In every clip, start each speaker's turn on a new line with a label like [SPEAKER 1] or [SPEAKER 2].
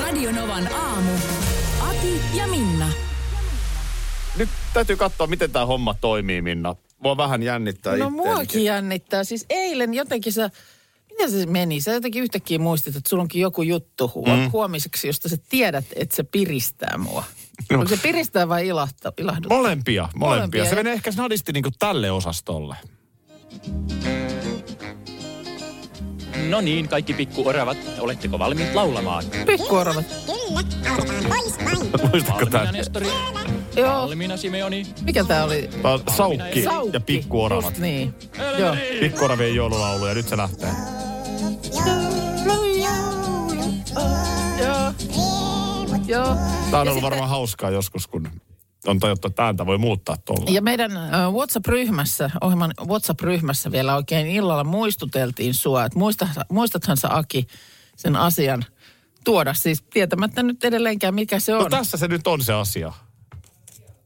[SPEAKER 1] Radionovan aamu. Ati ja Minna.
[SPEAKER 2] Nyt täytyy katsoa, miten tämä homma toimii, Minna. Mua vähän jännittää
[SPEAKER 3] No
[SPEAKER 2] itteenikin.
[SPEAKER 3] muakin jännittää. Siis eilen jotenkin sä, miten se meni? Sä jotenkin yhtäkkiä muistit, että sulla onkin joku juttu huo- huomiseksi, josta sä tiedät, että se piristää mua. No. Onko se piristää vai ilahta, ilahduttaa?
[SPEAKER 2] Molempia, molempia.
[SPEAKER 3] Molempia,
[SPEAKER 2] Se
[SPEAKER 3] ja-
[SPEAKER 2] menee ehkä snadisti niin tälle osastolle.
[SPEAKER 4] No niin, kaikki pikkuoravat, oletteko valmiit laulamaan?
[SPEAKER 3] Pikkuorvat.
[SPEAKER 5] Kyllä, autetaan pois vain.
[SPEAKER 2] Muistatko
[SPEAKER 4] Valmiina
[SPEAKER 2] tämä?
[SPEAKER 4] Nestori,
[SPEAKER 3] Joo.
[SPEAKER 4] valmiina Simeoni.
[SPEAKER 3] Mikä tää oli?
[SPEAKER 2] Tämä on saukki,
[SPEAKER 3] Saukki.
[SPEAKER 2] ja pikkuoravat.
[SPEAKER 3] Just niin. Joo.
[SPEAKER 2] Pikkuoravien joululaulu ja nyt se lähtee.
[SPEAKER 5] Joulu, joulu,
[SPEAKER 3] Joo.
[SPEAKER 5] riemut.
[SPEAKER 3] Joo.
[SPEAKER 2] Tämä on ollut varmaan hauskaa joskus, kun on tajuttu, että ääntä voi muuttaa tuolla.
[SPEAKER 3] Ja meidän ö, WhatsApp-ryhmässä, ohjelman WhatsApp-ryhmässä vielä oikein illalla muistuteltiin sua, että muista, muistathan sä Aki sen asian tuoda, siis tietämättä nyt edelleenkään mikä se on.
[SPEAKER 2] No tässä se nyt on se asia.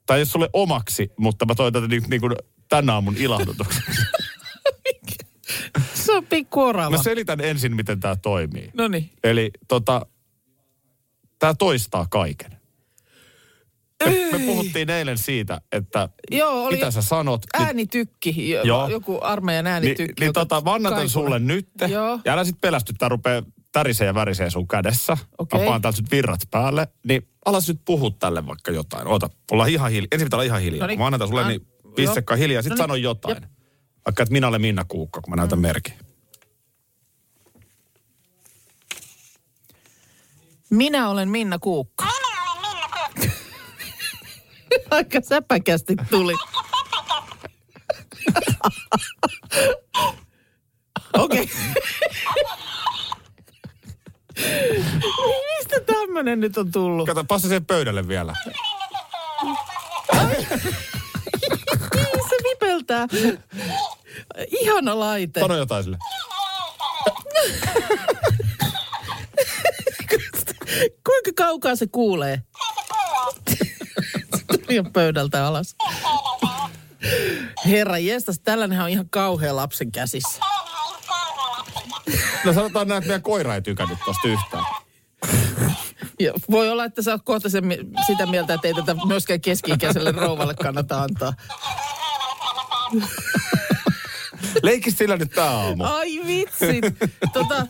[SPEAKER 2] Tai jos sulle omaksi, mutta mä toin tätä niin, niin kuin tämän aamun ilahdutukseksi.
[SPEAKER 3] Se on pikku orava.
[SPEAKER 2] Mä selitän ensin, miten tämä toimii.
[SPEAKER 3] No niin.
[SPEAKER 2] Eli tota, tämä toistaa kaiken. Me, me puhuttiin eilen siitä, että
[SPEAKER 3] Joo, oli
[SPEAKER 2] mitä sä sanot.
[SPEAKER 3] äänitykki, jo-
[SPEAKER 2] Joo.
[SPEAKER 3] joku armeijan
[SPEAKER 2] niin,
[SPEAKER 3] äänitykki.
[SPEAKER 2] niin, niin
[SPEAKER 3] joka
[SPEAKER 2] tota, mä annan tän
[SPEAKER 3] kaikui.
[SPEAKER 2] sulle nyt.
[SPEAKER 3] Joo.
[SPEAKER 2] Ja älä sit pelästy, tää rupee tärisee ja värisee sun kädessä.
[SPEAKER 3] Okei.
[SPEAKER 2] Mä paan täältä nyt virrat päälle. Niin alas nyt puhu tälle vaikka jotain. Oota, ollaan ihan hiljaa. Ensin pitää olla ihan hiljaa. Kun
[SPEAKER 3] No niin.
[SPEAKER 2] Mä annan tän sulle,
[SPEAKER 3] An-
[SPEAKER 2] niin
[SPEAKER 3] joo.
[SPEAKER 2] pistekää hiljaa. Sit
[SPEAKER 3] No niin.
[SPEAKER 2] sano jotain. Vaikka, että minä olen Minna Kuukka, kun mä
[SPEAKER 3] Mm.
[SPEAKER 2] näytän merkin.
[SPEAKER 3] Minä olen Minna Kuukka.
[SPEAKER 5] Minä olen Minna Kuukka.
[SPEAKER 3] Aika säpäkästi tuli. Okei. Mistä tämmönen nyt on tullut?
[SPEAKER 2] Kato, passa sen pöydälle vielä.
[SPEAKER 3] Niin se vipeltää. Ihana laite.
[SPEAKER 2] Sano jotain sille.
[SPEAKER 3] Kuinka kaukaa se kuulee? Se tuli jo pöydältä alas. Herra jestas, tällainen on ihan kauhea lapsen käsissä.
[SPEAKER 2] No sanotaan näin, että meidän koira ei tykännyt tosta yhtään.
[SPEAKER 3] Ja voi olla, että sä oot kohta sen, mi- sitä mieltä, että ei tätä myöskään keski-ikäiselle rouvalle kannata antaa.
[SPEAKER 2] Leikis sillä nyt tää aamu.
[SPEAKER 3] Ai vitsit. Tota,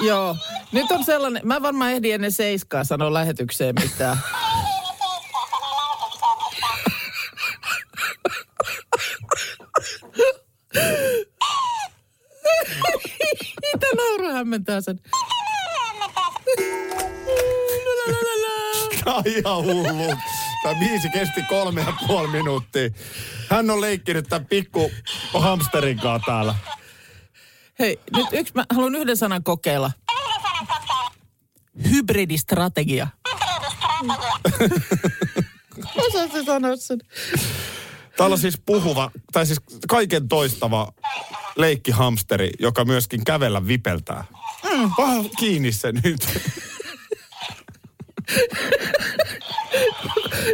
[SPEAKER 3] joo. Nyt on sellainen, mä varmaan ehdin ennen seiskaa sanoa lähetykseen mitään. Mitä nauru hämmentää sen? La, la, la, la.
[SPEAKER 2] Tää on ihan hullu. Tämä biisi kesti kolme ja puoli minuuttia. Hän on leikkinyt tämän pikku hamsterin kanssa täällä.
[SPEAKER 3] Hei, nyt yksi, mä haluan yhden sanan kokeilla. Hybridistrategia. Osaatko sanoa sen?
[SPEAKER 2] Täällä on siis puhuva, tai siis kaiken toistava leikkihamsteri, joka myöskin kävellä vipeltää.
[SPEAKER 3] Mm.
[SPEAKER 2] Ah, kiinni se nyt.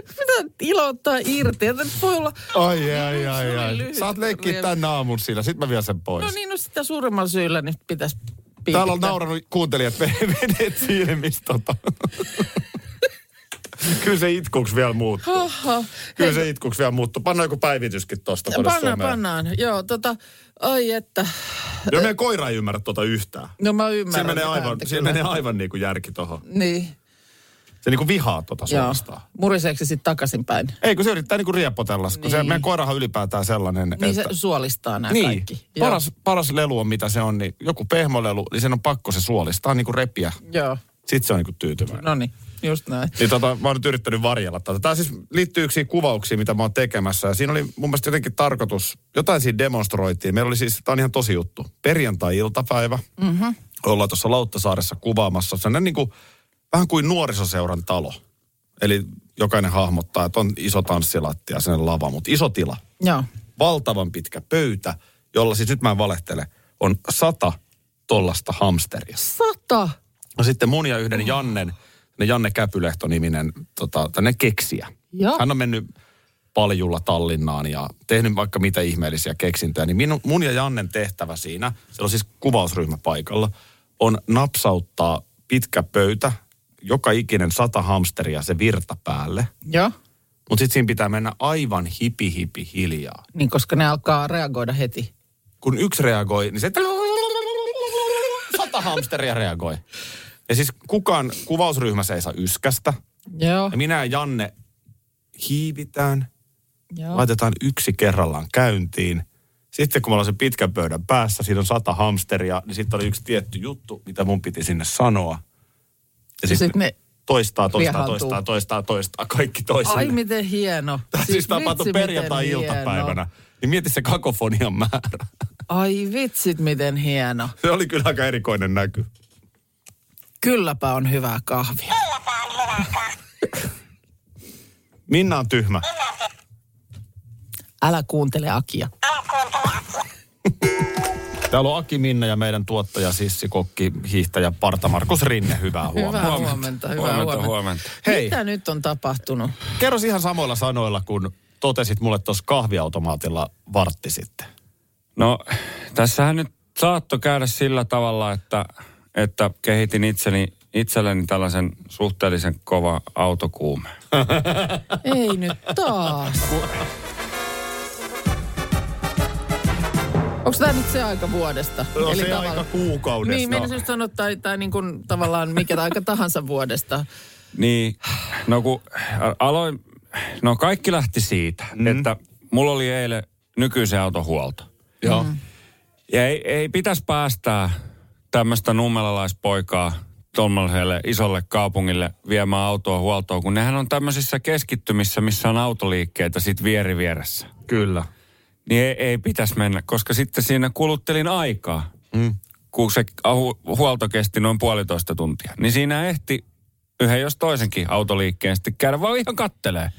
[SPEAKER 3] Mitä ilo ottaa irti? Ja nyt voi olla...
[SPEAKER 2] Ai, ai, ai,
[SPEAKER 3] Se oli
[SPEAKER 2] ai.
[SPEAKER 3] lyhyt
[SPEAKER 2] Saat leikkiä
[SPEAKER 3] riepu.
[SPEAKER 2] tämän aamun sillä, sit mä vien sen pois.
[SPEAKER 3] No niin, no sitä suuremmalla syyllä niin nyt pitäisi piipittää.
[SPEAKER 2] Täällä on nauranut kuuntelijat ve- vedet silmistä. Tota. Kyllä se itkuksi vielä muuttuu.
[SPEAKER 3] Oho.
[SPEAKER 2] Kyllä se itkuksi vielä muuttuu. Pannaan joku päivityskin tosta. tonne
[SPEAKER 3] Pannaan,
[SPEAKER 2] someen.
[SPEAKER 3] pannaan. Joo, tota, ai että.
[SPEAKER 2] Joo, meidän koira ei ymmärrä tuota yhtään.
[SPEAKER 3] No mä
[SPEAKER 2] Se
[SPEAKER 3] ymmärrän.
[SPEAKER 2] menee
[SPEAKER 3] tätä
[SPEAKER 2] aivan,
[SPEAKER 3] ääntä
[SPEAKER 2] se
[SPEAKER 3] kyllä.
[SPEAKER 2] menee aivan niin kuin järki tohon.
[SPEAKER 3] Niin,
[SPEAKER 2] Se niin kuin vihaa tuota
[SPEAKER 3] joo.
[SPEAKER 2] suorastaan.
[SPEAKER 3] Muriseeko se sitten takaisinpäin?
[SPEAKER 2] Ei, kun se yrittää niin kuin riepotella, kun se,
[SPEAKER 3] Niin.
[SPEAKER 2] meidän koirahan on ylipäätään sellainen,
[SPEAKER 3] Niin se
[SPEAKER 2] että...
[SPEAKER 3] suolistaa nämä
[SPEAKER 2] niin,
[SPEAKER 3] kaikki. Joo.
[SPEAKER 2] paras, paras lelu on mitä se on, niin joku pehmolelu, niin sen on pakko se suolistaa niin kuin repiä.
[SPEAKER 3] Joo,
[SPEAKER 2] Sitten se on niin kuin tyytyväinen.
[SPEAKER 3] no niin, just näin.
[SPEAKER 2] Niin tota, mä oon nyt yrittänyt varjella tätä. Tämä siis liittyy yksiin kuvauksiin, mitä mä oon tekemässä. Ja siinä oli mun mielestä jotenkin tarkoitus, jotain siinä demonstroitiin. Meillä oli siis, tämä on ihan tosi juttu, perjantai-iltapäivä. Mm-hmm. ollaan tuossa Lauttasaaressa kuvaamassa. Se on niin kuin, vähän kuin nuorisoseuran talo. Eli jokainen hahmottaa, että on iso tanssilatti ja sen lava, mutta iso tila.
[SPEAKER 3] Joo.
[SPEAKER 2] Valtavan pitkä pöytä, jolla siis nyt mä en valehtele, on sata tollasta hamsteria.
[SPEAKER 3] Sata.
[SPEAKER 2] No sitten mun ja yhden Jannen, ne Janne Käpylehto-niminen tota, tänne keksiä.
[SPEAKER 3] Joo.
[SPEAKER 2] Hän on mennyt paljulla Tallinnaan ja tehnyt vaikka mitä ihmeellisiä keksintöjä. Niin minun, mun ja Jannen tehtävä siinä, se on siis kuvausryhmä paikalla, on napsauttaa pitkä pöytä, joka ikinen sata hamsteria se virta päälle.
[SPEAKER 3] Joo.
[SPEAKER 2] Mutta sitten siinä pitää mennä aivan hipi hipi hiljaa.
[SPEAKER 3] Niin, koska ne alkaa reagoida heti.
[SPEAKER 2] Kun yksi reagoi, niin se sata hamsteria reagoi. Ja siis kukaan kuvausryhmässä ei saa yskästä.
[SPEAKER 3] Joo.
[SPEAKER 2] Ja minä ja Janne hiivitään,
[SPEAKER 3] Joo.
[SPEAKER 2] laitetaan yksi kerrallaan käyntiin. Sitten kun me ollaan sen pitkän pöydän päässä, siinä on sata hamsteria, niin sitten oli yksi tietty juttu, mitä mun piti sinne sanoa. Ja
[SPEAKER 3] sit
[SPEAKER 2] sitten
[SPEAKER 3] ne
[SPEAKER 2] ne toistaa, toistaa,
[SPEAKER 3] riehaantuu.
[SPEAKER 2] toistaa, toistaa, toistaa, kaikki toisille.
[SPEAKER 3] Ai miten hieno.
[SPEAKER 2] Tämä siis tapahtui
[SPEAKER 3] vitsi, miten
[SPEAKER 2] perjantai-iltapäivänä.
[SPEAKER 3] hieno.
[SPEAKER 2] Niin mieti se kakofonian määrä.
[SPEAKER 3] Ai vitsit miten hieno.
[SPEAKER 2] Se oli kyllä aika erikoinen näky.
[SPEAKER 3] Kylläpä on hyvää kahvia.
[SPEAKER 2] Minna on tyhmä.
[SPEAKER 3] Älä kuuntele Akia.
[SPEAKER 2] Täällä on Aki Minna ja meidän tuottaja, sissi, kokki, hiihtäjä Parta Markus Rinne. Hyvää huomenta.
[SPEAKER 3] Hyvää huomenta. Hyvää
[SPEAKER 6] Huomenta,
[SPEAKER 3] huomenta.
[SPEAKER 6] huomenta.
[SPEAKER 2] Hei.
[SPEAKER 3] Mitä nyt on tapahtunut?
[SPEAKER 2] Kerros ihan samoilla sanoilla, kun totesit mulle tuossa kahviautomaatilla vartti sitten.
[SPEAKER 6] No, tässähän nyt saattoi käydä sillä tavalla, että, että kehitin itseni, itselleni tällaisen suhteellisen kova autokuume.
[SPEAKER 3] Ei nyt taas. Onko tämä nyt se aika vuodesta?
[SPEAKER 2] No se aika kuukaudesta.
[SPEAKER 3] Niin, meidän just sanoa, tai, tai niin kuin, tavallaan mikä aika tahansa vuodesta.
[SPEAKER 6] Niin, no kun aloin, no kaikki lähti siitä, mm. että mulla oli eilen nykyisen autohuolto.
[SPEAKER 2] Joo.
[SPEAKER 3] Mm.
[SPEAKER 6] Ja ei, ei pitäisi päästää tämmöistä nummelalaispoikaa tuommoiselle isolle kaupungille viemään autoa huoltoon, kun nehän on tämmöisissä keskittymissä, missä on autoliikkeitä sit vieri vieressä.
[SPEAKER 2] Kyllä.
[SPEAKER 6] Niin ei, ei pitäisi mennä, koska sitten siinä kuluttelin aikaa, mm. kun se ahu- huolto kesti noin puolitoista tuntia. Niin siinä ehti yhden jos toisenkin autoliikkeen sitten käydä vaan ihan kattelee.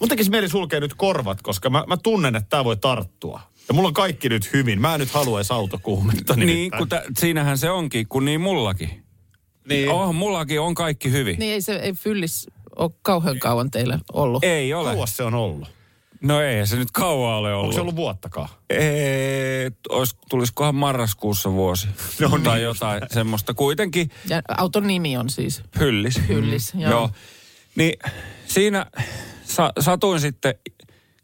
[SPEAKER 2] Mun tekisi mieli sulkea nyt korvat, koska mä, mä tunnen, että tämä voi tarttua. Ja mulla on kaikki nyt hyvin. Mä en nyt haluaisi autokuumetta.
[SPEAKER 6] Niin,
[SPEAKER 2] nimittäin.
[SPEAKER 6] kun tä, siinähän se onkin, kun niin mullakin.
[SPEAKER 2] Niin.
[SPEAKER 6] Oh, mullakin on kaikki hyvin.
[SPEAKER 3] Niin ei se ei fyllis ole kauhean kauan teillä ollut.
[SPEAKER 6] Ei ole.
[SPEAKER 2] Kauas se on ollut.
[SPEAKER 6] No ei se nyt kauan ole ollut.
[SPEAKER 2] Onko se ollut vuottakaan?
[SPEAKER 6] Ei, olis, tulisikohan marraskuussa vuosi.
[SPEAKER 2] No
[SPEAKER 6] tai
[SPEAKER 2] niin
[SPEAKER 6] jotain semmoista. Kuitenkin
[SPEAKER 3] Ja auton nimi on siis.
[SPEAKER 6] hyllis. Mm.
[SPEAKER 3] Hyllis, joo.
[SPEAKER 6] Niin siinä sa, satuin sitten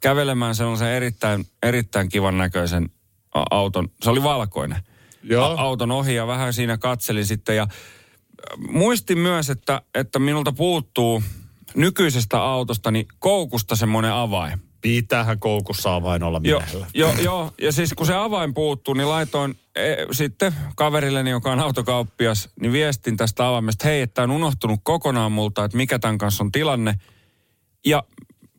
[SPEAKER 6] kävelemään semmoisen erittäin, erittäin kivan näköisen a- auton. Se oli valkoinen.
[SPEAKER 2] Joo.
[SPEAKER 6] A- auton ohi ja vähän siinä katselin sitten ja äh, muistin myös, että, että minulta puuttuu nykyisestä autosta niin koukusta semmoinen avain.
[SPEAKER 2] Pitäähän koukussa vain olla
[SPEAKER 6] Joo,
[SPEAKER 2] miehellä.
[SPEAKER 6] jo, jo, ja siis kun se avain puuttuu, niin laitoin e, sitten kaverilleni, joka on autokauppias, niin viestin tästä avaimesta, hei, että on unohtunut kokonaan multa, että mikä tämän kanssa on tilanne. Ja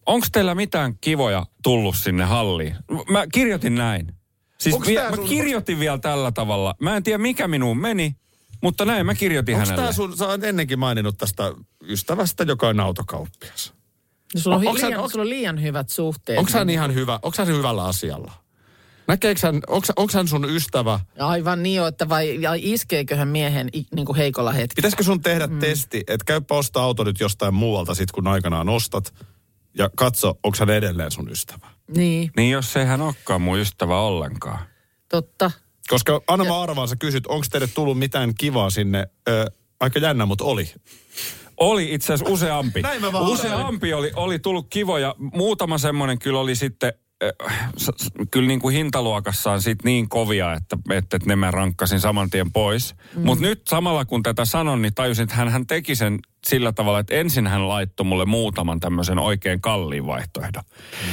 [SPEAKER 6] onko teillä mitään kivoja tullut sinne halliin? Mä kirjoitin näin. Siis
[SPEAKER 2] Onks
[SPEAKER 6] vi,
[SPEAKER 2] tää
[SPEAKER 6] mä
[SPEAKER 2] sun-
[SPEAKER 6] kirjoitin vielä tällä tavalla. Mä en tiedä, mikä minuun meni, mutta näin mä kirjoitin
[SPEAKER 2] Onko
[SPEAKER 6] hänelle.
[SPEAKER 2] tämä sun, sä oot ennenkin maininnut tästä ystävästä, joka on autokauppias.
[SPEAKER 3] No, sulla, on
[SPEAKER 2] On-
[SPEAKER 3] hi-
[SPEAKER 2] onks hän-
[SPEAKER 3] liian,
[SPEAKER 2] onks-
[SPEAKER 3] sulla on liian hyvät suhteet.
[SPEAKER 2] Onko hän ihan hyvä, onko hän hyvällä asialla? Näkeekö hän, onko, onko hän sun ystävä?
[SPEAKER 3] Aivan niin joo, että vai ja iskeeköhän miehen i- niin kuin heikolla hetkellä?
[SPEAKER 2] Pitäisikö sun tehdä mm. testi, että käypä ostaa auto nyt jostain muualta sit kun aikanaan ostat ja katso, onko hän edelleen sun ystävä?
[SPEAKER 3] Niin,
[SPEAKER 6] Niin jos ei hän olekaan mun ystävä ollenkaan.
[SPEAKER 3] totta.
[SPEAKER 2] Koska anna mä arvaan, sä kysyt, onko teille tullut mitään kivaa sinne, ö, aika jännä, mutta oli.
[SPEAKER 6] Oli itse asiassa useampi.
[SPEAKER 2] Näin mä vaan
[SPEAKER 6] useampi oli, oli tullut kivoja. Muutama semmoinen kyllä oli sitten, äh, s- s- kyllä niin kuin hintaluokassaan sit niin kovia, että, että, että ne mä rankkasin saman tien pois. Mm. Mutta nyt samalla kun tätä sanon, niin tajusin, että hän, hän teki sen sillä tavalla, että ensin hän laittoi mulle muutaman tämmöisen oikein kalliin vaihtoehdon.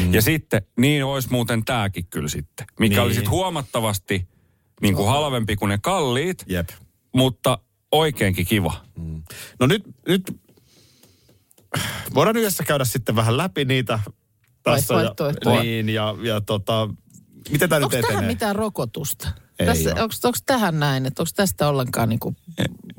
[SPEAKER 6] Mm. Ja sitten, niin olisi muuten tämäkin kyllä sitten, mikä niin. oli
[SPEAKER 2] Niin.
[SPEAKER 6] sitten huomattavasti niin kuin halvempi kuin ne kalliit,
[SPEAKER 2] Jep.
[SPEAKER 6] mutta oikeinkin kiva.
[SPEAKER 2] No nyt, nyt voidaan yhdessä käydä sitten vähän läpi niitä tässä. Ja,
[SPEAKER 3] Vaihtoehtoja.
[SPEAKER 2] niin, ja, ja tota, miten tämä nyt
[SPEAKER 3] Onko
[SPEAKER 2] etenee?
[SPEAKER 3] tähän mitään rokotusta?
[SPEAKER 2] Ei
[SPEAKER 3] Tässä,
[SPEAKER 2] oo.
[SPEAKER 3] onko, onko tähän näin, että onko tästä ollenkaan niin kuin,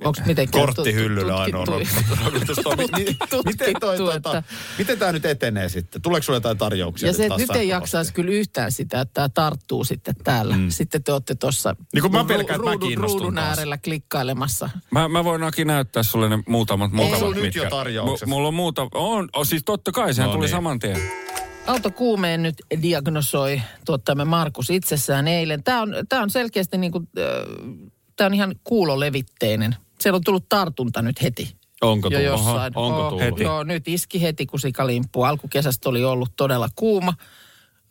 [SPEAKER 3] onko mitenkään
[SPEAKER 2] Korttihyllyllä ainoa rokotus. Tomi, mi-
[SPEAKER 3] Tutkittu,
[SPEAKER 2] Niin, Miten, toi, tota,
[SPEAKER 3] että-
[SPEAKER 2] miten tämä nyt etenee sitten? Tuleeko sinulle jotain tarjouksia?
[SPEAKER 3] Ja se, että
[SPEAKER 2] taas
[SPEAKER 3] nyt ei
[SPEAKER 2] sähköpostiin?
[SPEAKER 3] jaksaisi kyllä yhtään sitä, että tämä tarttuu sitten täällä. Mm. Sitten te olette tuossa
[SPEAKER 2] Niin kun mä
[SPEAKER 3] ruudun-
[SPEAKER 2] pelkään, että mä
[SPEAKER 3] ruudun,
[SPEAKER 2] kiinnostun
[SPEAKER 3] ruudun
[SPEAKER 2] taas.
[SPEAKER 3] äärellä klikkailemassa.
[SPEAKER 6] Mä, mä voin Aki näyttää sulle ne muutamat, muutamat
[SPEAKER 2] sulla nyt
[SPEAKER 6] mitkä-
[SPEAKER 2] jo tarjoukset?
[SPEAKER 6] Mu- mulla on muuta, on, on siis totta kai, sehän
[SPEAKER 2] No
[SPEAKER 6] no tuli
[SPEAKER 2] niin.
[SPEAKER 6] niin. saman tien.
[SPEAKER 3] Auto kuumeen nyt diagnosoi tuottajamme Markus itsessään eilen. Tämä on, tää on selkeästi niin kuin, tämä on ihan kuulolevitteinen. Siellä on tullut tartunta nyt heti.
[SPEAKER 2] Onko
[SPEAKER 3] jo
[SPEAKER 2] tullut?
[SPEAKER 3] jossain.
[SPEAKER 2] Aha, onko tullut?
[SPEAKER 3] Heti. Joo, nyt iski heti kun sikalimppu. Alkukesästä oli ollut todella kuuma,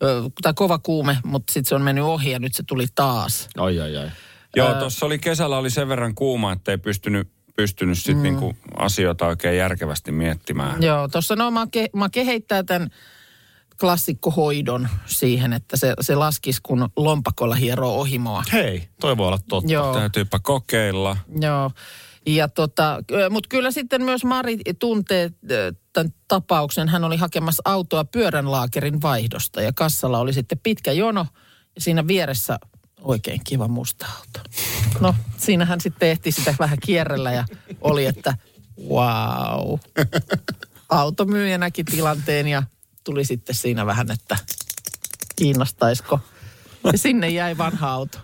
[SPEAKER 3] ö, tai kova kuume, mutta sitten se on mennyt ohi ja nyt se tuli taas.
[SPEAKER 2] Ai, ai, ai.
[SPEAKER 6] Joo, tuossa oli kesällä oli sen verran kuuma, että ei pystynyt, pystynyt sit mm. niinku asioita oikein järkevästi miettimään.
[SPEAKER 3] Joo, tuossa no make, make heittää tämän klassikkohoidon siihen, että se, se laskisi kun lompakolla hieroo ohimoa.
[SPEAKER 2] Hei, toi voi olla totta.
[SPEAKER 3] Joo.
[SPEAKER 6] Täytyypä kokeilla.
[SPEAKER 3] Joo. Ja tota, mutta kyllä sitten myös Mari tuntee ö, tämän tapauksen. Hän oli hakemassa autoa pyöränlaakerin vaihdosta ja kassalla oli sitten pitkä jono ja siinä vieressä oikein kiva musta auto. No, siinähän sitten ehti sitä vähän kierrellä ja oli, että wow. Automyyjä näki tilanteen ja tuli sitten siinä vähän, että kiinnostaisiko. Ja sinne jäi vanha auto.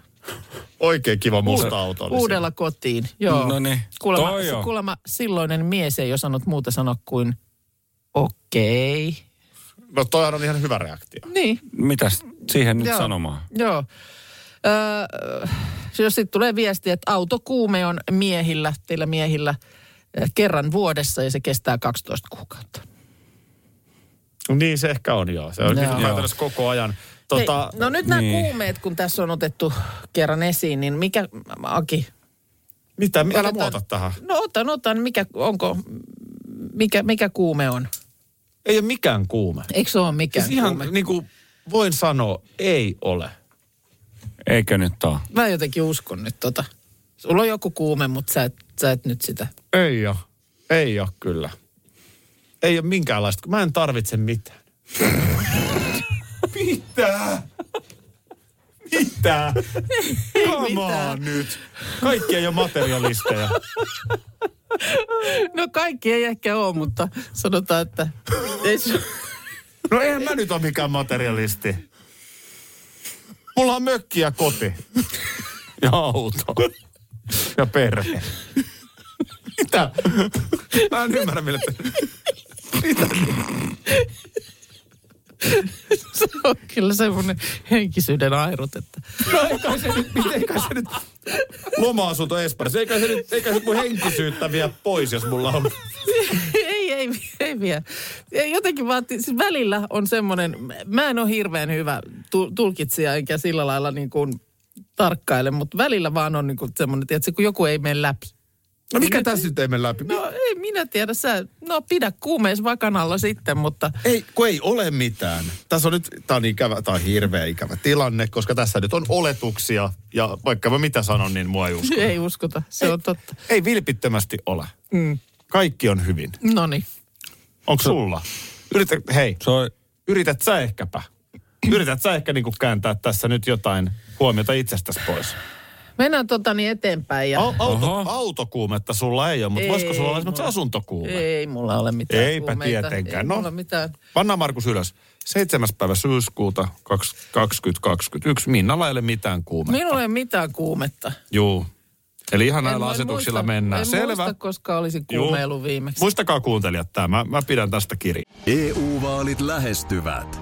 [SPEAKER 2] Oikein kiva musta auto. oli
[SPEAKER 3] Uudella kotiin, joo.
[SPEAKER 6] No niin,
[SPEAKER 3] Kuulemma,
[SPEAKER 6] toi on.
[SPEAKER 3] kuulemma silloinen mies ei osannut muuta sanoa kuin okei. Okay.
[SPEAKER 2] siinä. No toihan on ihan hyvä reaktio.
[SPEAKER 3] Niin,
[SPEAKER 6] Mitäs siihen nyt
[SPEAKER 3] Joo.
[SPEAKER 6] sanomaan?
[SPEAKER 3] joo. Öö, se jos sitten tulee viesti, että autokuume on miehillä, teillä miehillä, eh, kerran vuodessa ja se kestää 12 kuukautta.
[SPEAKER 2] Niin se ehkä on, joo. Se on
[SPEAKER 3] Joo.
[SPEAKER 2] niin kuin käytännössä koko ajan. Tota,
[SPEAKER 3] Hei, no nyt nämä
[SPEAKER 6] niin.
[SPEAKER 3] kuumeet, kun tässä on otettu kerran esiin, niin mikä, Aki,
[SPEAKER 2] mitä? Älä
[SPEAKER 3] Otetaan-
[SPEAKER 2] muuta tähän.
[SPEAKER 3] no otan, otan, mikä, onko, mikä, mikä kuume on?
[SPEAKER 2] Ei ole mikään kuume.
[SPEAKER 3] Eikö se ole mikään
[SPEAKER 2] Siis ihan
[SPEAKER 3] kuume?
[SPEAKER 2] niin kuin voin sanoa, ei ole.
[SPEAKER 6] Eikö nyt ole?
[SPEAKER 3] Mä jotenkin uskon nyt tota. Sulla on joku kuume, mutta sä et, sä et nyt sitä.
[SPEAKER 2] Ei ole. Ei ole kyllä. Ei ole minkäänlaista. kun Mä en tarvitse mitään. Mitä? Mitä? Come on nyt. Kaikki ei ole materialisteja.
[SPEAKER 3] No kaikki ei ehkä ole, mutta sanotaan, että ei su-
[SPEAKER 2] No eihän mä nyt ole mikään materialisti. Mulla on mökki ja koti. Ja auto. Ja perhe. Mitä? Mä en ymmärrä, millä... te-
[SPEAKER 3] se on kyllä semmoinen henkisyyden airut, että
[SPEAKER 2] No eikä se nyt, mit- eikä se nyt... Loma-asunto Esparissa. Eikä se nyt, eikä se mun henkisyyttä vie pois, jos mulla on...
[SPEAKER 3] ei, ei, ei vielä. Ei, Jotenkin vaatii, siis välillä on semmoinen, mä en ole hirveän hyvä tu- tulkitsija enkä sillä lailla niin kuin tarkkaile, mutta välillä vaan on niin kuin semmoinen, että kun joku ei mene läpi.
[SPEAKER 2] No mikä tässä nyt ei mene läpi?
[SPEAKER 3] No ei minä tiedä, sä, no pidä kuumees vakan alla sitten, mutta
[SPEAKER 2] Ei, kun ei ole mitään. Tässä on nyt, tämä on ikävä, tämä on hirveä ikävä tilanne, koska tässä nyt on oletuksia. Ja vaikka mä mitä sanon, niin mua ei usko.
[SPEAKER 3] ei uskota, se on totta.
[SPEAKER 2] Ei vilpittömästi ole. Mm. Kaikki on hyvin.
[SPEAKER 3] No niin.
[SPEAKER 2] Onko sulla? Yritä, hei,
[SPEAKER 6] Se on,
[SPEAKER 2] yrität sä ehkäpä. Yrität sä ehkä niinku kääntää tässä nyt jotain huomiota itsestäsi pois.
[SPEAKER 3] Mennään tota niin eteenpäin ja...
[SPEAKER 2] Au- auto,
[SPEAKER 6] Oho.
[SPEAKER 2] autokuumetta sulla ei ole, mutta
[SPEAKER 3] Ei
[SPEAKER 2] voisiko sulla olla
[SPEAKER 3] mulla.
[SPEAKER 2] esimerkiksi asuntokuume?
[SPEAKER 3] Ei mulla ole mitään
[SPEAKER 2] Eipä
[SPEAKER 3] kuumeita.
[SPEAKER 2] tietenkään,
[SPEAKER 3] Ei
[SPEAKER 2] no.
[SPEAKER 3] mulla mitään.
[SPEAKER 2] Panna Markus ylös. 7. päivä syyskuuta 2021. Minnalla ei ole mitään kuumetta.
[SPEAKER 3] Minulla ei ole mitään kuumetta.
[SPEAKER 2] Juu. Eli ihan
[SPEAKER 3] En-
[SPEAKER 2] näillä
[SPEAKER 3] en
[SPEAKER 2] asetuksilla
[SPEAKER 3] muista-
[SPEAKER 2] mennään.
[SPEAKER 3] En
[SPEAKER 2] Selvä.
[SPEAKER 3] muista, koska olisin
[SPEAKER 2] Juu.
[SPEAKER 3] kuumeillut viimeksi.
[SPEAKER 2] Muistakaa kuuntelijat tämä. Mä, mä pidän tästä kirjaa.
[SPEAKER 7] EU-vaalit E lähestyvät.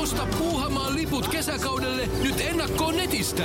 [SPEAKER 8] Osta Puuhamaan liput kesäkaudelle nyt ennakkoon netistä.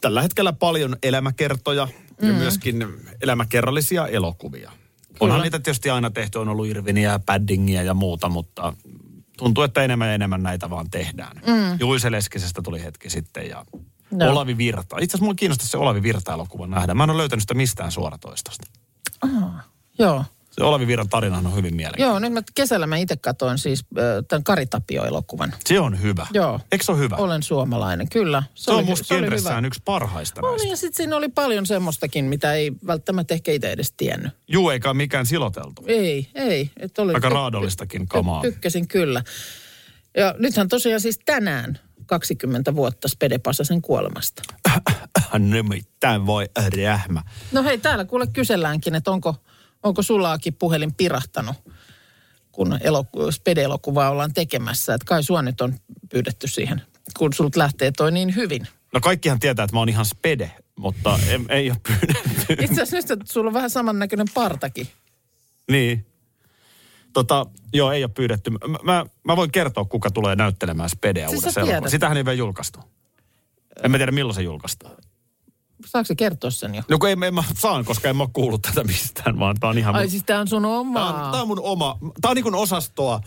[SPEAKER 2] tällä hetkellä paljon elämäkertoja mm. ja myöskin elämäkerrallisia elokuvia. Kyllä. Onhan niitä tietysti aina tehty, on ollut Irviniä ja Paddingia ja muuta, mutta tuntuu, että enemmän ja enemmän näitä vaan tehdään. Mm. Juise Leskisestä tuli hetki sitten ja no. Olavi Virta. Itse asiassa mua kiinnostaisi se Olavi Virta-elokuva nähdä. Mä en ole löytänyt sitä mistään suoratoistosta.
[SPEAKER 3] Joo.
[SPEAKER 2] Se Olavi Virran tarinahan on hyvin mielenkiintoinen.
[SPEAKER 3] Joo, nyt mä kesällä mä itse katsoin siis äh, tämän Karitapio-elokuvan.
[SPEAKER 2] Se on hyvä.
[SPEAKER 3] Joo.
[SPEAKER 2] Eikö se ole hyvä?
[SPEAKER 3] Olen suomalainen, kyllä.
[SPEAKER 2] se, on
[SPEAKER 3] hy-
[SPEAKER 2] musta genressään yksi parhaista
[SPEAKER 3] Oli,
[SPEAKER 2] näistä.
[SPEAKER 3] ja sitten siinä oli paljon semmoistakin, mitä ei välttämättä ehkä itse edes tiennyt.
[SPEAKER 2] Juu, eikä ole mikään siloteltu.
[SPEAKER 3] Ei, ei. Et oli,
[SPEAKER 2] Aika
[SPEAKER 3] ty-
[SPEAKER 2] raadollistakin kamaa.
[SPEAKER 3] Ty- tykkäsin kyllä. Ja nythän tosiaan siis tänään 20 vuotta Spede Pasasen kuolemasta.
[SPEAKER 2] Nimittäin voi rähmä.
[SPEAKER 3] No hei, täällä kuule kyselläänkin, että onko, onko sulaakin puhelin pirahtanut, kun eloku- Spede-elokuvaa ollaan tekemässä. Että kai sua nyt on pyydetty siihen, kun sult lähtee toi niin hyvin.
[SPEAKER 2] No kaikkihan tietää, että mä oon ihan spede, mutta en, ei ole pyydetty.
[SPEAKER 3] Itse asiassa nyt että sulla on vähän samannäköinen partakin.
[SPEAKER 2] niin. Tota, joo, ei ole pyydetty. Mä, mä, mä voin kertoa, kuka tulee näyttelemään spedeä
[SPEAKER 3] Siis sä
[SPEAKER 2] uudessa
[SPEAKER 3] tiedät.
[SPEAKER 2] elokuvassa. Sitähän ei vielä julkaistu. En mä tiedä, milloin se julkaistaan.
[SPEAKER 3] Saako se kertoa sen jo?
[SPEAKER 2] No kun en, en mä saan, koska en mä oo kuullut tätä mistään, vaan tää on ihan...
[SPEAKER 3] Ai
[SPEAKER 2] mun-
[SPEAKER 3] siis tää on sun
[SPEAKER 2] Tämä on,
[SPEAKER 3] omaa.
[SPEAKER 2] tää on mun oma, tämä on niin kuin osastoa,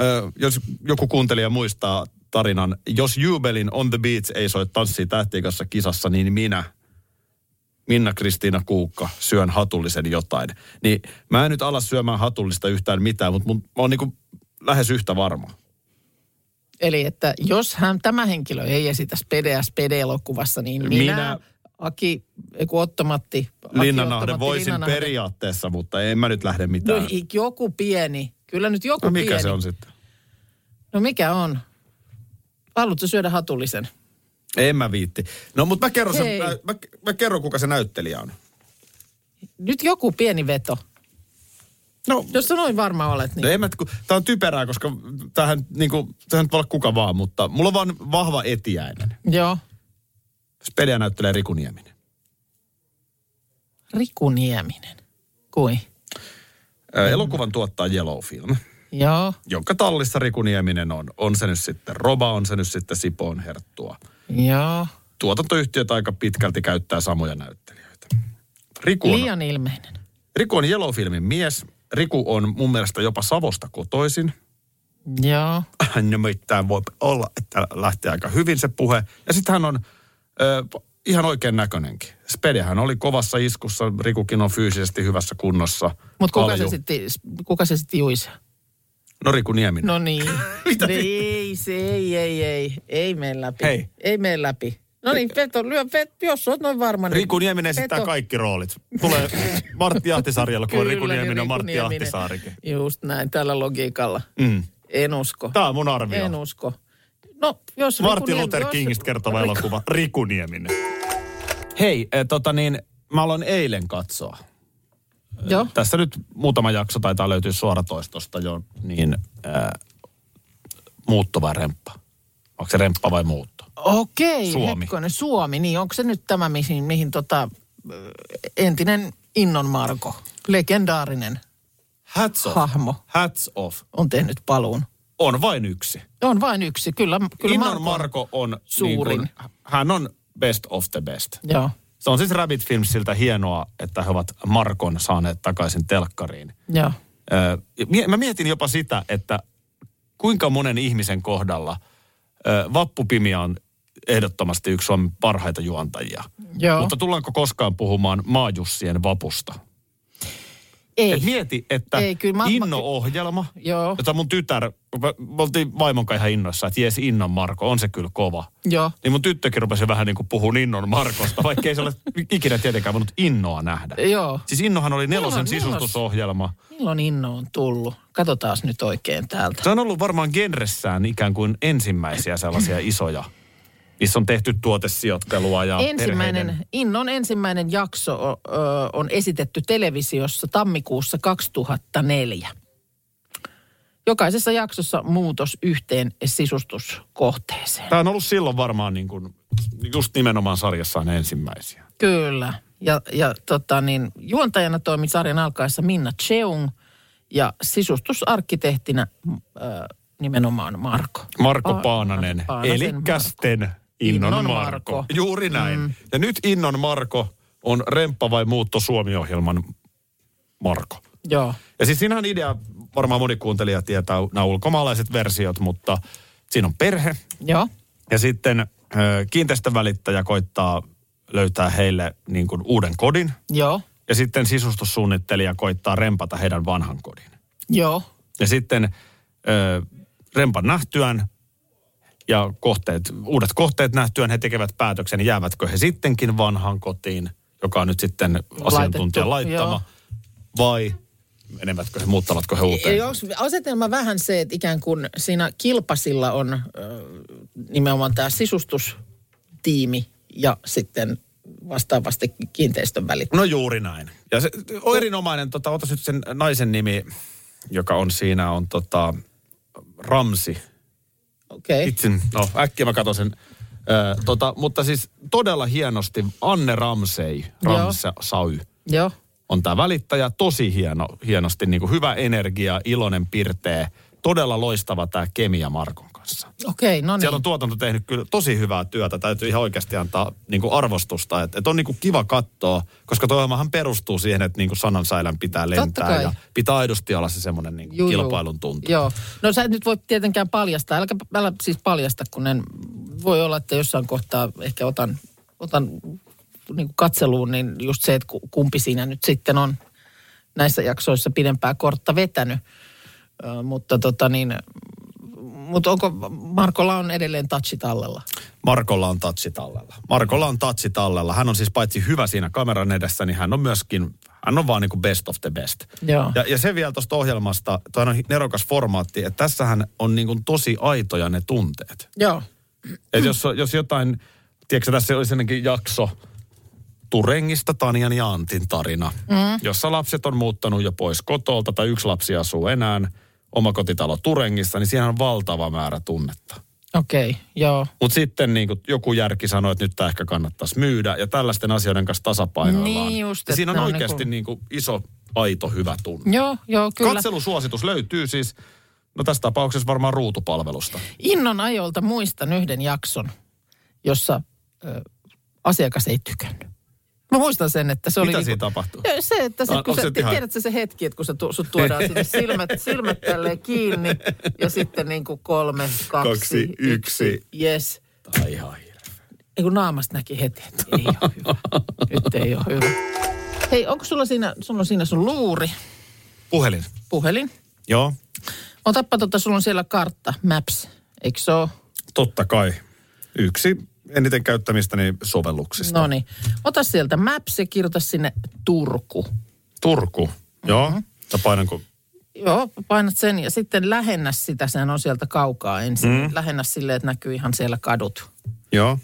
[SPEAKER 2] ö, jos joku kuuntelija muistaa tarinan. Jos Jubelin On the Beach ei soi tanssii tähtien kanssa kisassa, niin minä, Minna Kristiina Kuukka, syön hatullisen jotain. Niin mä en nyt ala syömään hatullista yhtään mitään, mutta mun, mä oon niin kuin lähes yhtä varma.
[SPEAKER 3] Eli että jos hän, tämä henkilö ei esitä spedeä spede-elokuvassa, niin minä,
[SPEAKER 2] Minä-
[SPEAKER 3] minä Aki, ei kun Ottomatti. Aki
[SPEAKER 2] Linnanahde
[SPEAKER 3] Ottomatti,
[SPEAKER 2] voisin
[SPEAKER 3] Linnanahde.
[SPEAKER 2] periaatteessa, mutta en mä nyt lähde
[SPEAKER 3] No
[SPEAKER 2] mitään.
[SPEAKER 3] i- joku pieni. Kyllä nyt joku
[SPEAKER 2] No, mikä
[SPEAKER 3] pieni.
[SPEAKER 2] se on sitten?
[SPEAKER 3] No mikä on? Haluatko syödä hatullisen?
[SPEAKER 2] En mä viitti. No mutta mä kerron, sen,
[SPEAKER 3] Hei.
[SPEAKER 2] mä, mä, mä kerron kuka se näyttelijä on.
[SPEAKER 3] Nyt joku pieni veto.
[SPEAKER 2] No
[SPEAKER 3] Jos sä noin varma olet, niin...
[SPEAKER 2] No en mä, kun, tää on typerää, koska tähän niinku, tähän nyt voi olla kuka vaan, mutta mulla on vaan vahva etiäinen.
[SPEAKER 3] Joo.
[SPEAKER 2] Spedia näyttelee Riku Nieminen.
[SPEAKER 3] Riku Nieminen. Kui?
[SPEAKER 2] Ö,
[SPEAKER 3] Mm.
[SPEAKER 2] Elokuvan tuottaa Yellow Film,
[SPEAKER 3] Joo,
[SPEAKER 2] jonka tallissa Riku Nieminen on. On se nyt sitten Roba, on se nyt sitten Sipoon Herttua.
[SPEAKER 3] joo.
[SPEAKER 2] Tuotantoyhtiöt aika pitkälti käyttää samoja näyttelijöitä. Riku on,
[SPEAKER 3] Liian ilmeinen.
[SPEAKER 2] Riku on Yellow Filmin mies. Riku on mun mielestä jopa Savosta kotoisin.
[SPEAKER 3] Joo.
[SPEAKER 2] nimittäin voi olla, että lähtee aika hyvin se puhe. Ja sitten hän on ö, ihan oikein näköinenkin. Spedehän oli kovassa iskussa, Rikukin on fyysisesti hyvässä kunnossa.
[SPEAKER 3] Mutta kuka,
[SPEAKER 2] Kalju.
[SPEAKER 3] se sitten, kuka se sitten juisi?
[SPEAKER 2] No Riku Nieminen. No.
[SPEAKER 3] No niin.
[SPEAKER 2] Mitä
[SPEAKER 3] No ei, se ei, ei, ei. Ei mene läpi.
[SPEAKER 2] Hei.
[SPEAKER 3] Ei mene läpi. No niin, veto, lyö, vet, jos oot noin varma, niin...
[SPEAKER 2] Riku Nieminen esittää
[SPEAKER 3] veto.
[SPEAKER 2] kaikki roolit. Tulee Martti Ahtisaarialla, kun on
[SPEAKER 3] Kyllä,
[SPEAKER 2] Riku Nieminen on
[SPEAKER 3] Riku
[SPEAKER 2] Martti
[SPEAKER 3] Nieminen.
[SPEAKER 2] Ahtisaarikin.
[SPEAKER 3] Just näin, tällä logiikalla.
[SPEAKER 2] Mm.
[SPEAKER 3] En usko.
[SPEAKER 2] Tämä on mun arvio.
[SPEAKER 3] en usko. No, jos
[SPEAKER 2] Martin
[SPEAKER 3] Riku
[SPEAKER 2] Luther
[SPEAKER 3] Niemi-
[SPEAKER 2] Kingistä kertova
[SPEAKER 3] Riku-
[SPEAKER 2] elokuva, Riku Nieminen. Hei, äh, tota niin, mä aloin eilen katsoa.
[SPEAKER 3] Joo,
[SPEAKER 2] Tässä nyt muutama jakso taitaa löytyä suoratoistosta jo, niin ää, muutto vai remppa? Onko se remppa vai muutto?
[SPEAKER 3] okei.
[SPEAKER 2] Suomi.
[SPEAKER 3] Hetkonen, Suomi, niin onko se nyt tämä, mihin, mihin tota, ö, entinen Innon Marko, legendaarinen,
[SPEAKER 2] Hats off.
[SPEAKER 3] Hahmo.
[SPEAKER 2] Hats off.
[SPEAKER 3] on tehnyt paluun?
[SPEAKER 2] On vain yksi.
[SPEAKER 3] On vain yksi, kyllä. kyllä
[SPEAKER 2] Kyllä Innon Marko on
[SPEAKER 3] suurin.
[SPEAKER 2] Niin kuin, hän on best of the best.
[SPEAKER 3] Joo,
[SPEAKER 2] Se on siis Rabbit Filmsiltä hienoa, että he ovat Markon saaneet takaisin telkkariin.
[SPEAKER 3] joo.
[SPEAKER 2] Ö, mie- Mä mietin jopa sitä, että kuinka monen ihmisen kohdalla ö, vappupimia on ehdottomasti yksi Suomen parhaita juontajia.
[SPEAKER 3] Joo.
[SPEAKER 2] Mutta tullaanko koskaan puhumaan maajussien vapusta?
[SPEAKER 3] Ei.
[SPEAKER 2] Et mieti, että
[SPEAKER 3] Ei, kyllä mä- mä-
[SPEAKER 2] Inno-ohjelma,
[SPEAKER 3] Joo.
[SPEAKER 2] jota mun tytär, me oltiin vaimon kanssa ihan innoissa, että jes Innon Marko, on se kyllä kova.
[SPEAKER 3] Joo.
[SPEAKER 2] Niin mun tyttökin rupesi vähän niin kuin puhun Innon Markosta, vaikka ei se ole ikinä tietenkään voinut Innoa nähdä.
[SPEAKER 3] Joo.
[SPEAKER 2] Siis Innohan oli nelosen
[SPEAKER 3] Nelos- nelos.
[SPEAKER 2] sisustusohjelma.
[SPEAKER 3] Milloin Inno on tullut? Katsotaan nyt oikein täältä.
[SPEAKER 2] Se on ollut varmaan genressään ikään kuin ensimmäisiä sellaisia isoja, missä on tehty tuotesijoittelua ja
[SPEAKER 3] Ensimmäinen,
[SPEAKER 2] perheiden-
[SPEAKER 3] Innon ensimmäinen jakso ö, ö, on esitetty televisiossa tammikuussa 2004. Jokaisessa jaksossa muutos yhteen sisustuskohteeseen.
[SPEAKER 2] Tämä on ollut silloin varmaan niin kuin, just nimenomaan sarjassaan ensimmäisiä.
[SPEAKER 3] Kyllä. Ja, ja tota niin, juontajana toimi sarjan alkaessa Minna Cheung ja sisustusarkkitehtinä äh, nimenomaan Marko.
[SPEAKER 2] Marko
[SPEAKER 3] Pa-
[SPEAKER 2] Paananen,
[SPEAKER 3] Paanasen
[SPEAKER 2] eli kästen Innon,
[SPEAKER 3] Innon
[SPEAKER 2] Marko.
[SPEAKER 3] Marko.
[SPEAKER 2] Juuri näin. Mm. Ja nyt Innon Marko on Remppa vai muutto Suomi-ohjelman Marko.
[SPEAKER 3] Joo.
[SPEAKER 2] Ja siis siinähän idea, varmaan moni kuuntelija tietää nämä ulkomaalaiset versiot, mutta siinä on perhe,
[SPEAKER 3] Joo.
[SPEAKER 2] Ja sitten ö, kiinteistövälittäjä koittaa löytää heille niin kuin uuden kodin.
[SPEAKER 3] Joo.
[SPEAKER 2] Ja sitten sisustussuunnittelija koittaa rempata heidän vanhan kodin.
[SPEAKER 3] Joo.
[SPEAKER 2] Ja sitten ö, rempan nähtyään ja kohteet, uudet kohteet nähtyään he tekevät päätöksen, jäävätkö he sittenkin vanhaan kotiin, joka on nyt sitten asiantuntijan
[SPEAKER 3] Laitettu,
[SPEAKER 2] laittama, vai menevätkö he, muuttavatko he uuteen?
[SPEAKER 3] Onko asetelma vähän se, että ikään kuin siinä kilpasilla on äh, nimenomaan tämä sisustustiimi ja sitten vastaavasti kiinteistön välit.
[SPEAKER 2] No juuri näin. Ja se on erinomainen, tota, otas nyt sen naisen nimi, joka on siinä, on tota, Ramsi.
[SPEAKER 3] Okei. Okay.
[SPEAKER 2] Vitsin, no äkkiä mä katon sen. Ö, tota, mutta siis todella hienosti Anne Ramsey,
[SPEAKER 3] Joo.
[SPEAKER 2] Ramsay,
[SPEAKER 3] Joo.
[SPEAKER 2] on tämä välittäjä. Tosi hieno, hienosti, niin kuin hyvä energia, iloinen, pirteä. Todella loistava tämä kemia Markon kanssa.
[SPEAKER 3] Okei, okay, no
[SPEAKER 2] Siellä
[SPEAKER 3] niin.
[SPEAKER 2] on tuotanto tehnyt kyllä tosi hyvää työtä. Täytyy ihan oikeasti antaa niin kuin arvostusta. Että et on niin kuin kiva katsoa, koska tuo ohjelmahan perustuu siihen, että niin kuin sanansäilän pitää lentää.
[SPEAKER 3] kai.
[SPEAKER 2] Ja pitää aidosti olla se semmoinen niin
[SPEAKER 3] Juu,
[SPEAKER 2] kuin
[SPEAKER 3] juu.
[SPEAKER 2] kilpailun tuntu.
[SPEAKER 3] Joo. No sä et nyt voi tietenkään paljastaa. Älä, älä siis paljasta, kun en, voi olla, että jossain kohtaa ehkä otan, otan niin kuin katseluun, niin just se, että ku- kumpi siinä nyt sitten on näissä jaksoissa pidempää kortta vetänyt. Ö, mutta tota niin, mutta onko, Markolla on edelleen touchi tallella?
[SPEAKER 2] Markolla on tatsi tallella. Markolla on tatsi tallella. Hän on siis paitsi hyvä siinä kameran edessä, niin hän on myöskin, hän on vaan niin kuin best of the best.
[SPEAKER 3] Joo.
[SPEAKER 2] Ja, ja se vielä tuosta ohjelmasta, tuo on nerokas formaatti, että tässähän on niin kuin tosi aitoja ne tunteet.
[SPEAKER 3] Joo.
[SPEAKER 2] Et jos, jos jotain, tiedätkö tässä olisi ennenkin jakso Turengista Tanjan ja Antin tarina, mm. jossa lapset on muuttanut jo pois kotolta tai yksi lapsi asuu enää omakotitalo Turengissa, niin siinä on valtava määrä tunnetta.
[SPEAKER 3] Okei, okay, joo.
[SPEAKER 2] Mutta sitten niin joku järki sanoi, että nyt tämä ehkä kannattaisi myydä ja tällaisten asioiden kanssa tasapainoillaan.
[SPEAKER 3] Niin just,
[SPEAKER 2] ja siinä on
[SPEAKER 3] että ne on
[SPEAKER 2] oikeasti niin kuin... iso, aito, hyvä tunne.
[SPEAKER 3] Joo, joo, kyllä.
[SPEAKER 2] Katselusuositus löytyy siis, no tässä tapauksessa varmaan ruutupalvelusta.
[SPEAKER 3] Innon ajolta muistan yhden jakson, jossa ö, asiakas ei tykännyt. Mä muistan sen, että se oli...
[SPEAKER 2] Mitä
[SPEAKER 3] niinku-
[SPEAKER 2] siinä tapahtuu?
[SPEAKER 3] Joo, Se, että se,
[SPEAKER 2] On-
[SPEAKER 3] kun
[SPEAKER 2] onko
[SPEAKER 3] sä,
[SPEAKER 2] se ihan-
[SPEAKER 3] tiedätkö se hetki, että kun sä tu, sut tuodaan sinne silmät, silmät tälleen kiinni ja sitten niin kuin kolme, kaksi,
[SPEAKER 2] Kaksi,
[SPEAKER 3] kaksi
[SPEAKER 2] yksi.
[SPEAKER 3] yksi. Yes.
[SPEAKER 2] Tämä on ihan hirveä.
[SPEAKER 3] Niin kuin naamasta näki heti, että ei ole hyvä. Nyt ei ole hyvä. Hei, onko sulla siinä, sulla on siinä sun luuri,
[SPEAKER 2] Puhelin.
[SPEAKER 3] puhelin?
[SPEAKER 2] Joo.
[SPEAKER 3] Otappa tota, sulla on siellä kartta, Maps, eikö se ole?
[SPEAKER 2] Totta kai. Yksi eniten käyttämistäni sovelluksista.
[SPEAKER 3] No niin. Ota sieltä Maps ja kirjoita sinne Turku.
[SPEAKER 2] Turku. Joo. Mm-hmm. Ja painanko?
[SPEAKER 3] Joo, painat sen ja sitten lähennä sitä, sehän on sieltä kaukaa ensin. Mm. Lähennä silleen, että näkyy ihan siellä kadut.
[SPEAKER 2] Joo.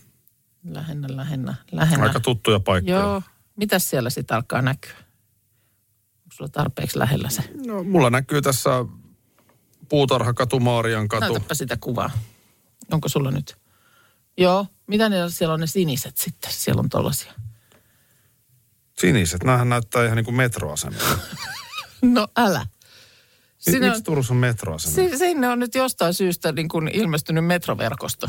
[SPEAKER 3] Lähennä, lähennä, lähennä.
[SPEAKER 2] Aika tuttuja paikkoja.
[SPEAKER 3] Joo. Mitäs siellä sitten alkaa näkyä? Onko sulla tarpeeksi lähellä se?
[SPEAKER 2] No, mulla näkyy tässä Puutarhakatu, Maarian katu.
[SPEAKER 3] Näytäpä sitä kuvaa. Onko sulla nyt? Joo. Mitä ne, siellä on ne siniset sitten? Siellä on tollasia.
[SPEAKER 2] Siniset. Nämähän näyttää ihan niin kuin metroasemilta.
[SPEAKER 3] No älä.
[SPEAKER 2] Sinä...
[SPEAKER 3] Sinne on,
[SPEAKER 2] Miksi Turussa on metroasema? Si...
[SPEAKER 3] si- sinne on nyt jostain syystä niin kuin ilmestynyt metroverkosto.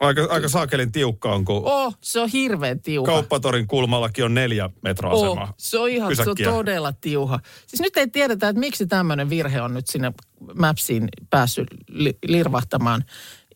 [SPEAKER 2] Aika, aika saakelin tiukka on, kun
[SPEAKER 3] Oh, se on hirveän tiuha.
[SPEAKER 2] kauppatorin kulmallakin on neljä metroasemaa.
[SPEAKER 3] Oh, se on ihan, se on
[SPEAKER 2] Pysäkkiä.
[SPEAKER 3] todella tiuha. Siis nyt ei tiedetä, että miksi tämmöinen virhe on nyt sinne Mapsiin päässyt li- lirvahtamaan.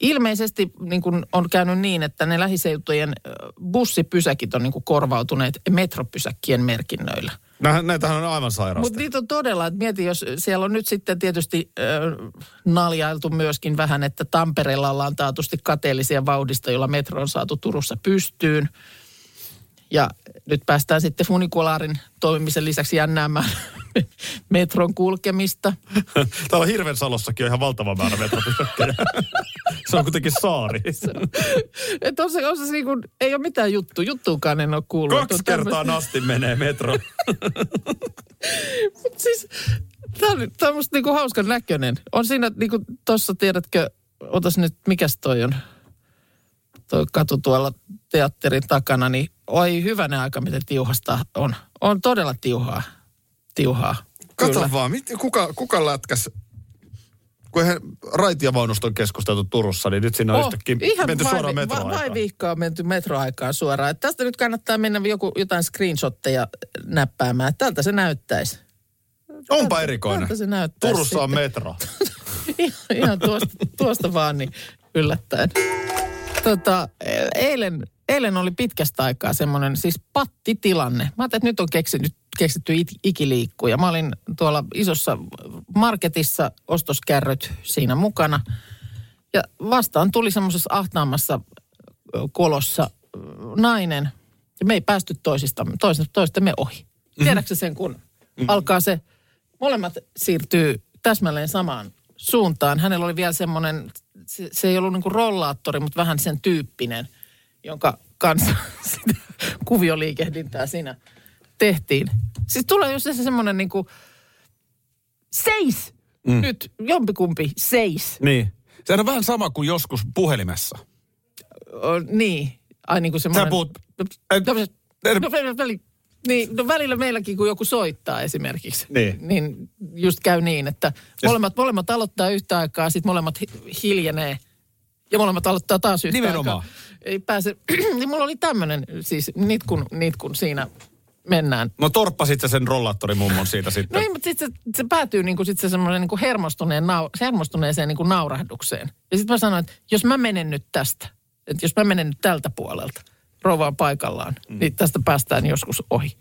[SPEAKER 3] Ilmeisesti niin kun on käynyt niin, että ne lähiseutujen ö, bussipysäkit on niin kun korvautuneet metropysäkkien merkinnöillä.
[SPEAKER 2] Nämähän, näitähän on aivan sairaasti.
[SPEAKER 3] Mutta niitä on todella, että mieti, jos siellä on nyt sitten tietysti äh, naljailtu myöskin vähän, että Tampereella ollaan taatusti kateellisia vauhdista, jolla metro on saatu Turussa pystyyn. Ja nyt päästään sitten funikulaarin toimimisen lisäksi jännäämään metron kulkemista.
[SPEAKER 2] Täällä Hirvensalossakin on ihan valtava määrä metropysäkkejä. se on kuitenkin saari.
[SPEAKER 3] Että on se, on se niin kuin, ei ole mitään juttu, juttuukaan en ole kuullut.
[SPEAKER 2] Kaksi
[SPEAKER 3] Että on
[SPEAKER 2] kertaa
[SPEAKER 3] tämmöistä-
[SPEAKER 2] nasti menee metro.
[SPEAKER 3] Siis Tämä on, tämä on musta niinku hauskan näköinen. On siinä niinku tossa, tiedätkö, otas nyt, mikäs toi on? Toi katu tuolla teatterin takana, niin oi hyvänä aika, miten tiuhasta on. On todella tiuhaa. Tiuhaa.
[SPEAKER 2] Kato
[SPEAKER 3] Kyllä.
[SPEAKER 2] vaan, mit, kuka, kuka lätkäs? Kun eihän raitiavaunusta on keskusteltu Turussa, niin nyt siinä on oh, yhtäkkiä menty
[SPEAKER 3] vai-
[SPEAKER 2] suoraan
[SPEAKER 3] va- Vai
[SPEAKER 2] metroaikaan.
[SPEAKER 3] viikkoa on menty metroaikaan suoraan. Et tästä nyt kannattaa mennä joku, jotain screenshotteja näppäämään. Tältä se näyttäisi.
[SPEAKER 2] Onpa erikoinen.
[SPEAKER 3] Tältä se näyttäisi
[SPEAKER 2] Turussa on metro.
[SPEAKER 3] Ihan- Ihan tuosta, tuosta vaan niin yllättäen. Tota, e- eilen, eilen oli pitkästä aikaa semmoinen siis pattitilanne. Mä ajattelin, että nyt on keksinyt, keksitty it- ikiliikkuja. Mä olin tuolla isossa marketissa ostoskärryt siinä mukana. Ja vastaan tuli semmoisessa ahtaammassa ö, kolossa ö, nainen. Ja me ei päästy toisista, toista, toistemme ohi. Tiedätkö sen, kun alkaa se, molemmat siirtyy täsmälleen samaan suuntaan. Hänellä oli vielä semmoinen, se, se ei ollut niinku rollaattori, mutta vähän sen tyyppinen, jonka kanssa sitä kuvioliikehdintää siinä tehtiin. Siis tulee just se semmoinen niinku, seis! Mm. Nyt jompikumpi, seis.
[SPEAKER 2] niin. Sehän on vähän sama kuin joskus puhelimessa.
[SPEAKER 3] O, niin. Ai niin kuin semmoinen...
[SPEAKER 2] Sä puhut- er-
[SPEAKER 3] No,
[SPEAKER 2] Ei-
[SPEAKER 3] no, se-
[SPEAKER 2] ei-
[SPEAKER 3] no, välillä- välillä- niin, no välillä meilläkin, kun joku soittaa esimerkiksi,
[SPEAKER 2] Niin.
[SPEAKER 3] niin just käy niin, että molemmat, molemmat aloittaa yhtä aikaa, sitten molemmat hi- hiljenee ja molemmat aloittaa taas yhtä
[SPEAKER 2] Nimenomaan.
[SPEAKER 3] aikaa. Ei pääse, niin mulla oli tämmöinen, siis nyt kun, nyt kun siinä mennään.
[SPEAKER 2] No torppasit sä sen rollaattorimummon siitä
[SPEAKER 3] No
[SPEAKER 2] sitten.
[SPEAKER 3] ei, mutta sitten se, se päätyy niinku sit se semmoinen niinku hermostuneen nau, se hermostuneeseen niinku naurahdukseen. Ja sitten mä sanoin, että jos mä menen nyt tästä, että jos mä menen nyt tältä puolelta, rouva on paikallaan, mm. niin tästä päästään joskus ohi.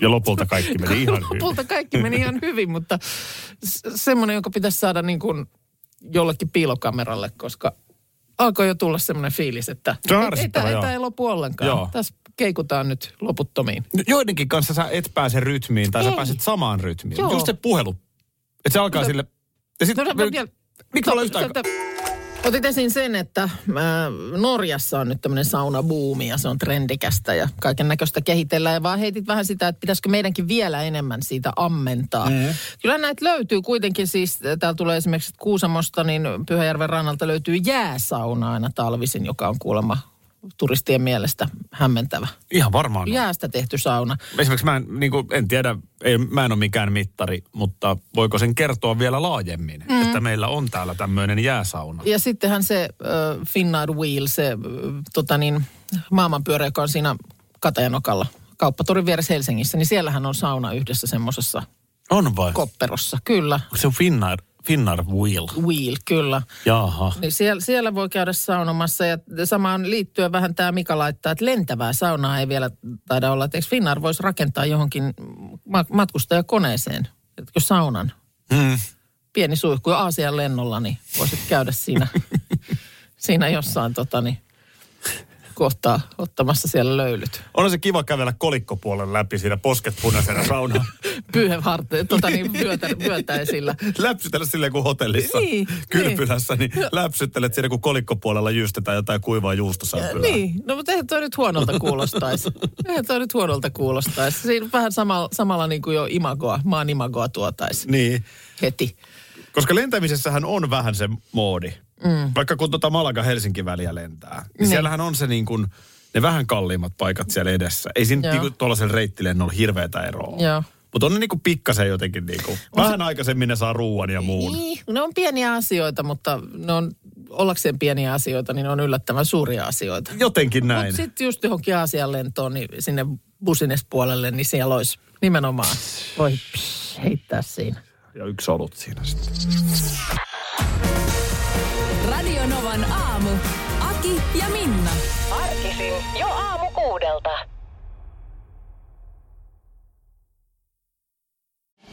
[SPEAKER 2] ja lopulta kaikki meni ihan
[SPEAKER 3] Lopulta kaikki meni ihan hyvin, mutta s- semmoinen, joka pitäisi saada niin kuin jollekin piilokameralle, koska alkoi jo tulla semmoinen fiilis, että
[SPEAKER 2] Se on
[SPEAKER 3] ei- ei,
[SPEAKER 2] ärsyttävä,
[SPEAKER 3] tämä- ei
[SPEAKER 2] joo.
[SPEAKER 3] tämä ei lopu ollenkaan.
[SPEAKER 2] Joo.
[SPEAKER 3] Tässä keikutaan nyt loputtomiin.
[SPEAKER 2] No Joidenkin kanssa sä et pääse rytmiin tai sä
[SPEAKER 3] Ei.
[SPEAKER 2] pääset samaan rytmiin.
[SPEAKER 3] Joo.
[SPEAKER 2] Just se puhelu. Että se alkaa
[SPEAKER 3] No-
[SPEAKER 2] sille... Ja sit,
[SPEAKER 3] No, no, vielä-
[SPEAKER 2] miksi me ollaan yhtä aikaa?
[SPEAKER 3] Tota, Otit esiin sen, että ää, Norjassa on nyt tämmöinen saunabuumi ja se on trendikästä ja kaiken näköistä kehitellään. Ja vaan heitit vähän sitä, että pitäisikö meidänkin vielä enemmän siitä ammentaa. Mm. Kyllä näitä löytyy kuitenkin siis, ä, täällä tulee esimerkiksi Kuusamosta, niin Pyhäjärven rannalta löytyy jääsauna aina talvisin, joka on kuulemma turistien mielestä hämmentävä.
[SPEAKER 2] Ihan varmaan. on.
[SPEAKER 3] Jäästä tehty sauna.
[SPEAKER 2] Esimerkiksi mä en, niin kuin, en tiedä, ei, mä en ole mikään mittari, mutta voiko sen kertoa vielä laajemmin, mm. että meillä on täällä tämmöinen jääsauna.
[SPEAKER 3] Ja sittenhän se äh, Finnair Wheel, se äh, tota niin, maailmanpyörä, joka on siinä Katajanokalla kauppatorin vieressä Helsingissä, niin siellähän on sauna yhdessä semmoisessa
[SPEAKER 2] On vai? Onko
[SPEAKER 3] kopperossa. Kyllä,
[SPEAKER 2] se Finnair, Finnair Wheel?
[SPEAKER 3] Wheel, kyllä.
[SPEAKER 2] Jaha.
[SPEAKER 3] Niin siellä, siellä voi käydä saunomassa ja samaan liittyen vähän tämä Mika laittaa, että lentävää saunaa ei vielä taida olla. Et eikö Finnair voisi rakentaa johonkin ma- matkustajakoneeseen, etkö saunan?
[SPEAKER 2] Mm.
[SPEAKER 3] Pieni suihku ja Aasian lennolla, niin voisit käydä siinä, siinä jossain tota, niin, kohtaa ottamassa siellä löylyt.
[SPEAKER 2] On se kiva kävellä kolikkopuolen läpi siinä posket punaisena saunaan.
[SPEAKER 3] Pyyheharteen, tota niin, vyötä, vyötäisillä.
[SPEAKER 2] läpsytellä silleen kuin hotellissa
[SPEAKER 3] Niin,
[SPEAKER 2] kylpylässä, niin, läpsyttelet siinä kun kolikkopuolella jyystetään jotain kuivaa juustosämpylää.
[SPEAKER 3] Niin, no mutta eihän toi nyt huonolta kuulostaisi. eihän toi nyt huonolta kuulostaisi. Siinä vähän samalla, samalla niin kuin jo imagoa, maan imagoa tuotaisi
[SPEAKER 2] niin.
[SPEAKER 3] heti.
[SPEAKER 2] Koska lentämisessähän on vähän se moodi. Mm. Vaikka kun tuota Malaga-Helsinki-väliä lentää, niin siellähän on se niin kuin, ne vähän kalliimmat paikat siellä edessä. Ei siinä
[SPEAKER 3] Joo.
[SPEAKER 2] niin tuollaisen reittilennolla hirveätä eroa.
[SPEAKER 3] Joo.
[SPEAKER 2] Mutta on ne niin kuin pikkasen jotenkin niin kuin, vähän aikaisemmin ne saa ruuan ja muun.
[SPEAKER 3] Niin, ne on pieniä asioita, mutta ne on, ollakseen pieniä asioita, niin ne on yllättävän suuria asioita.
[SPEAKER 2] Jotenkin näin.
[SPEAKER 3] Mutta sitten just johonkin Aasian lentoon, niin sinne businespuolelle, niin siellä olisi nimenomaan, voi pss, heittää siinä.
[SPEAKER 2] Ja yksi olut siinä sitten.
[SPEAKER 1] Radio Novan aamu. Aki ja Minna.
[SPEAKER 9] Arkisin jo aamu kuudelta.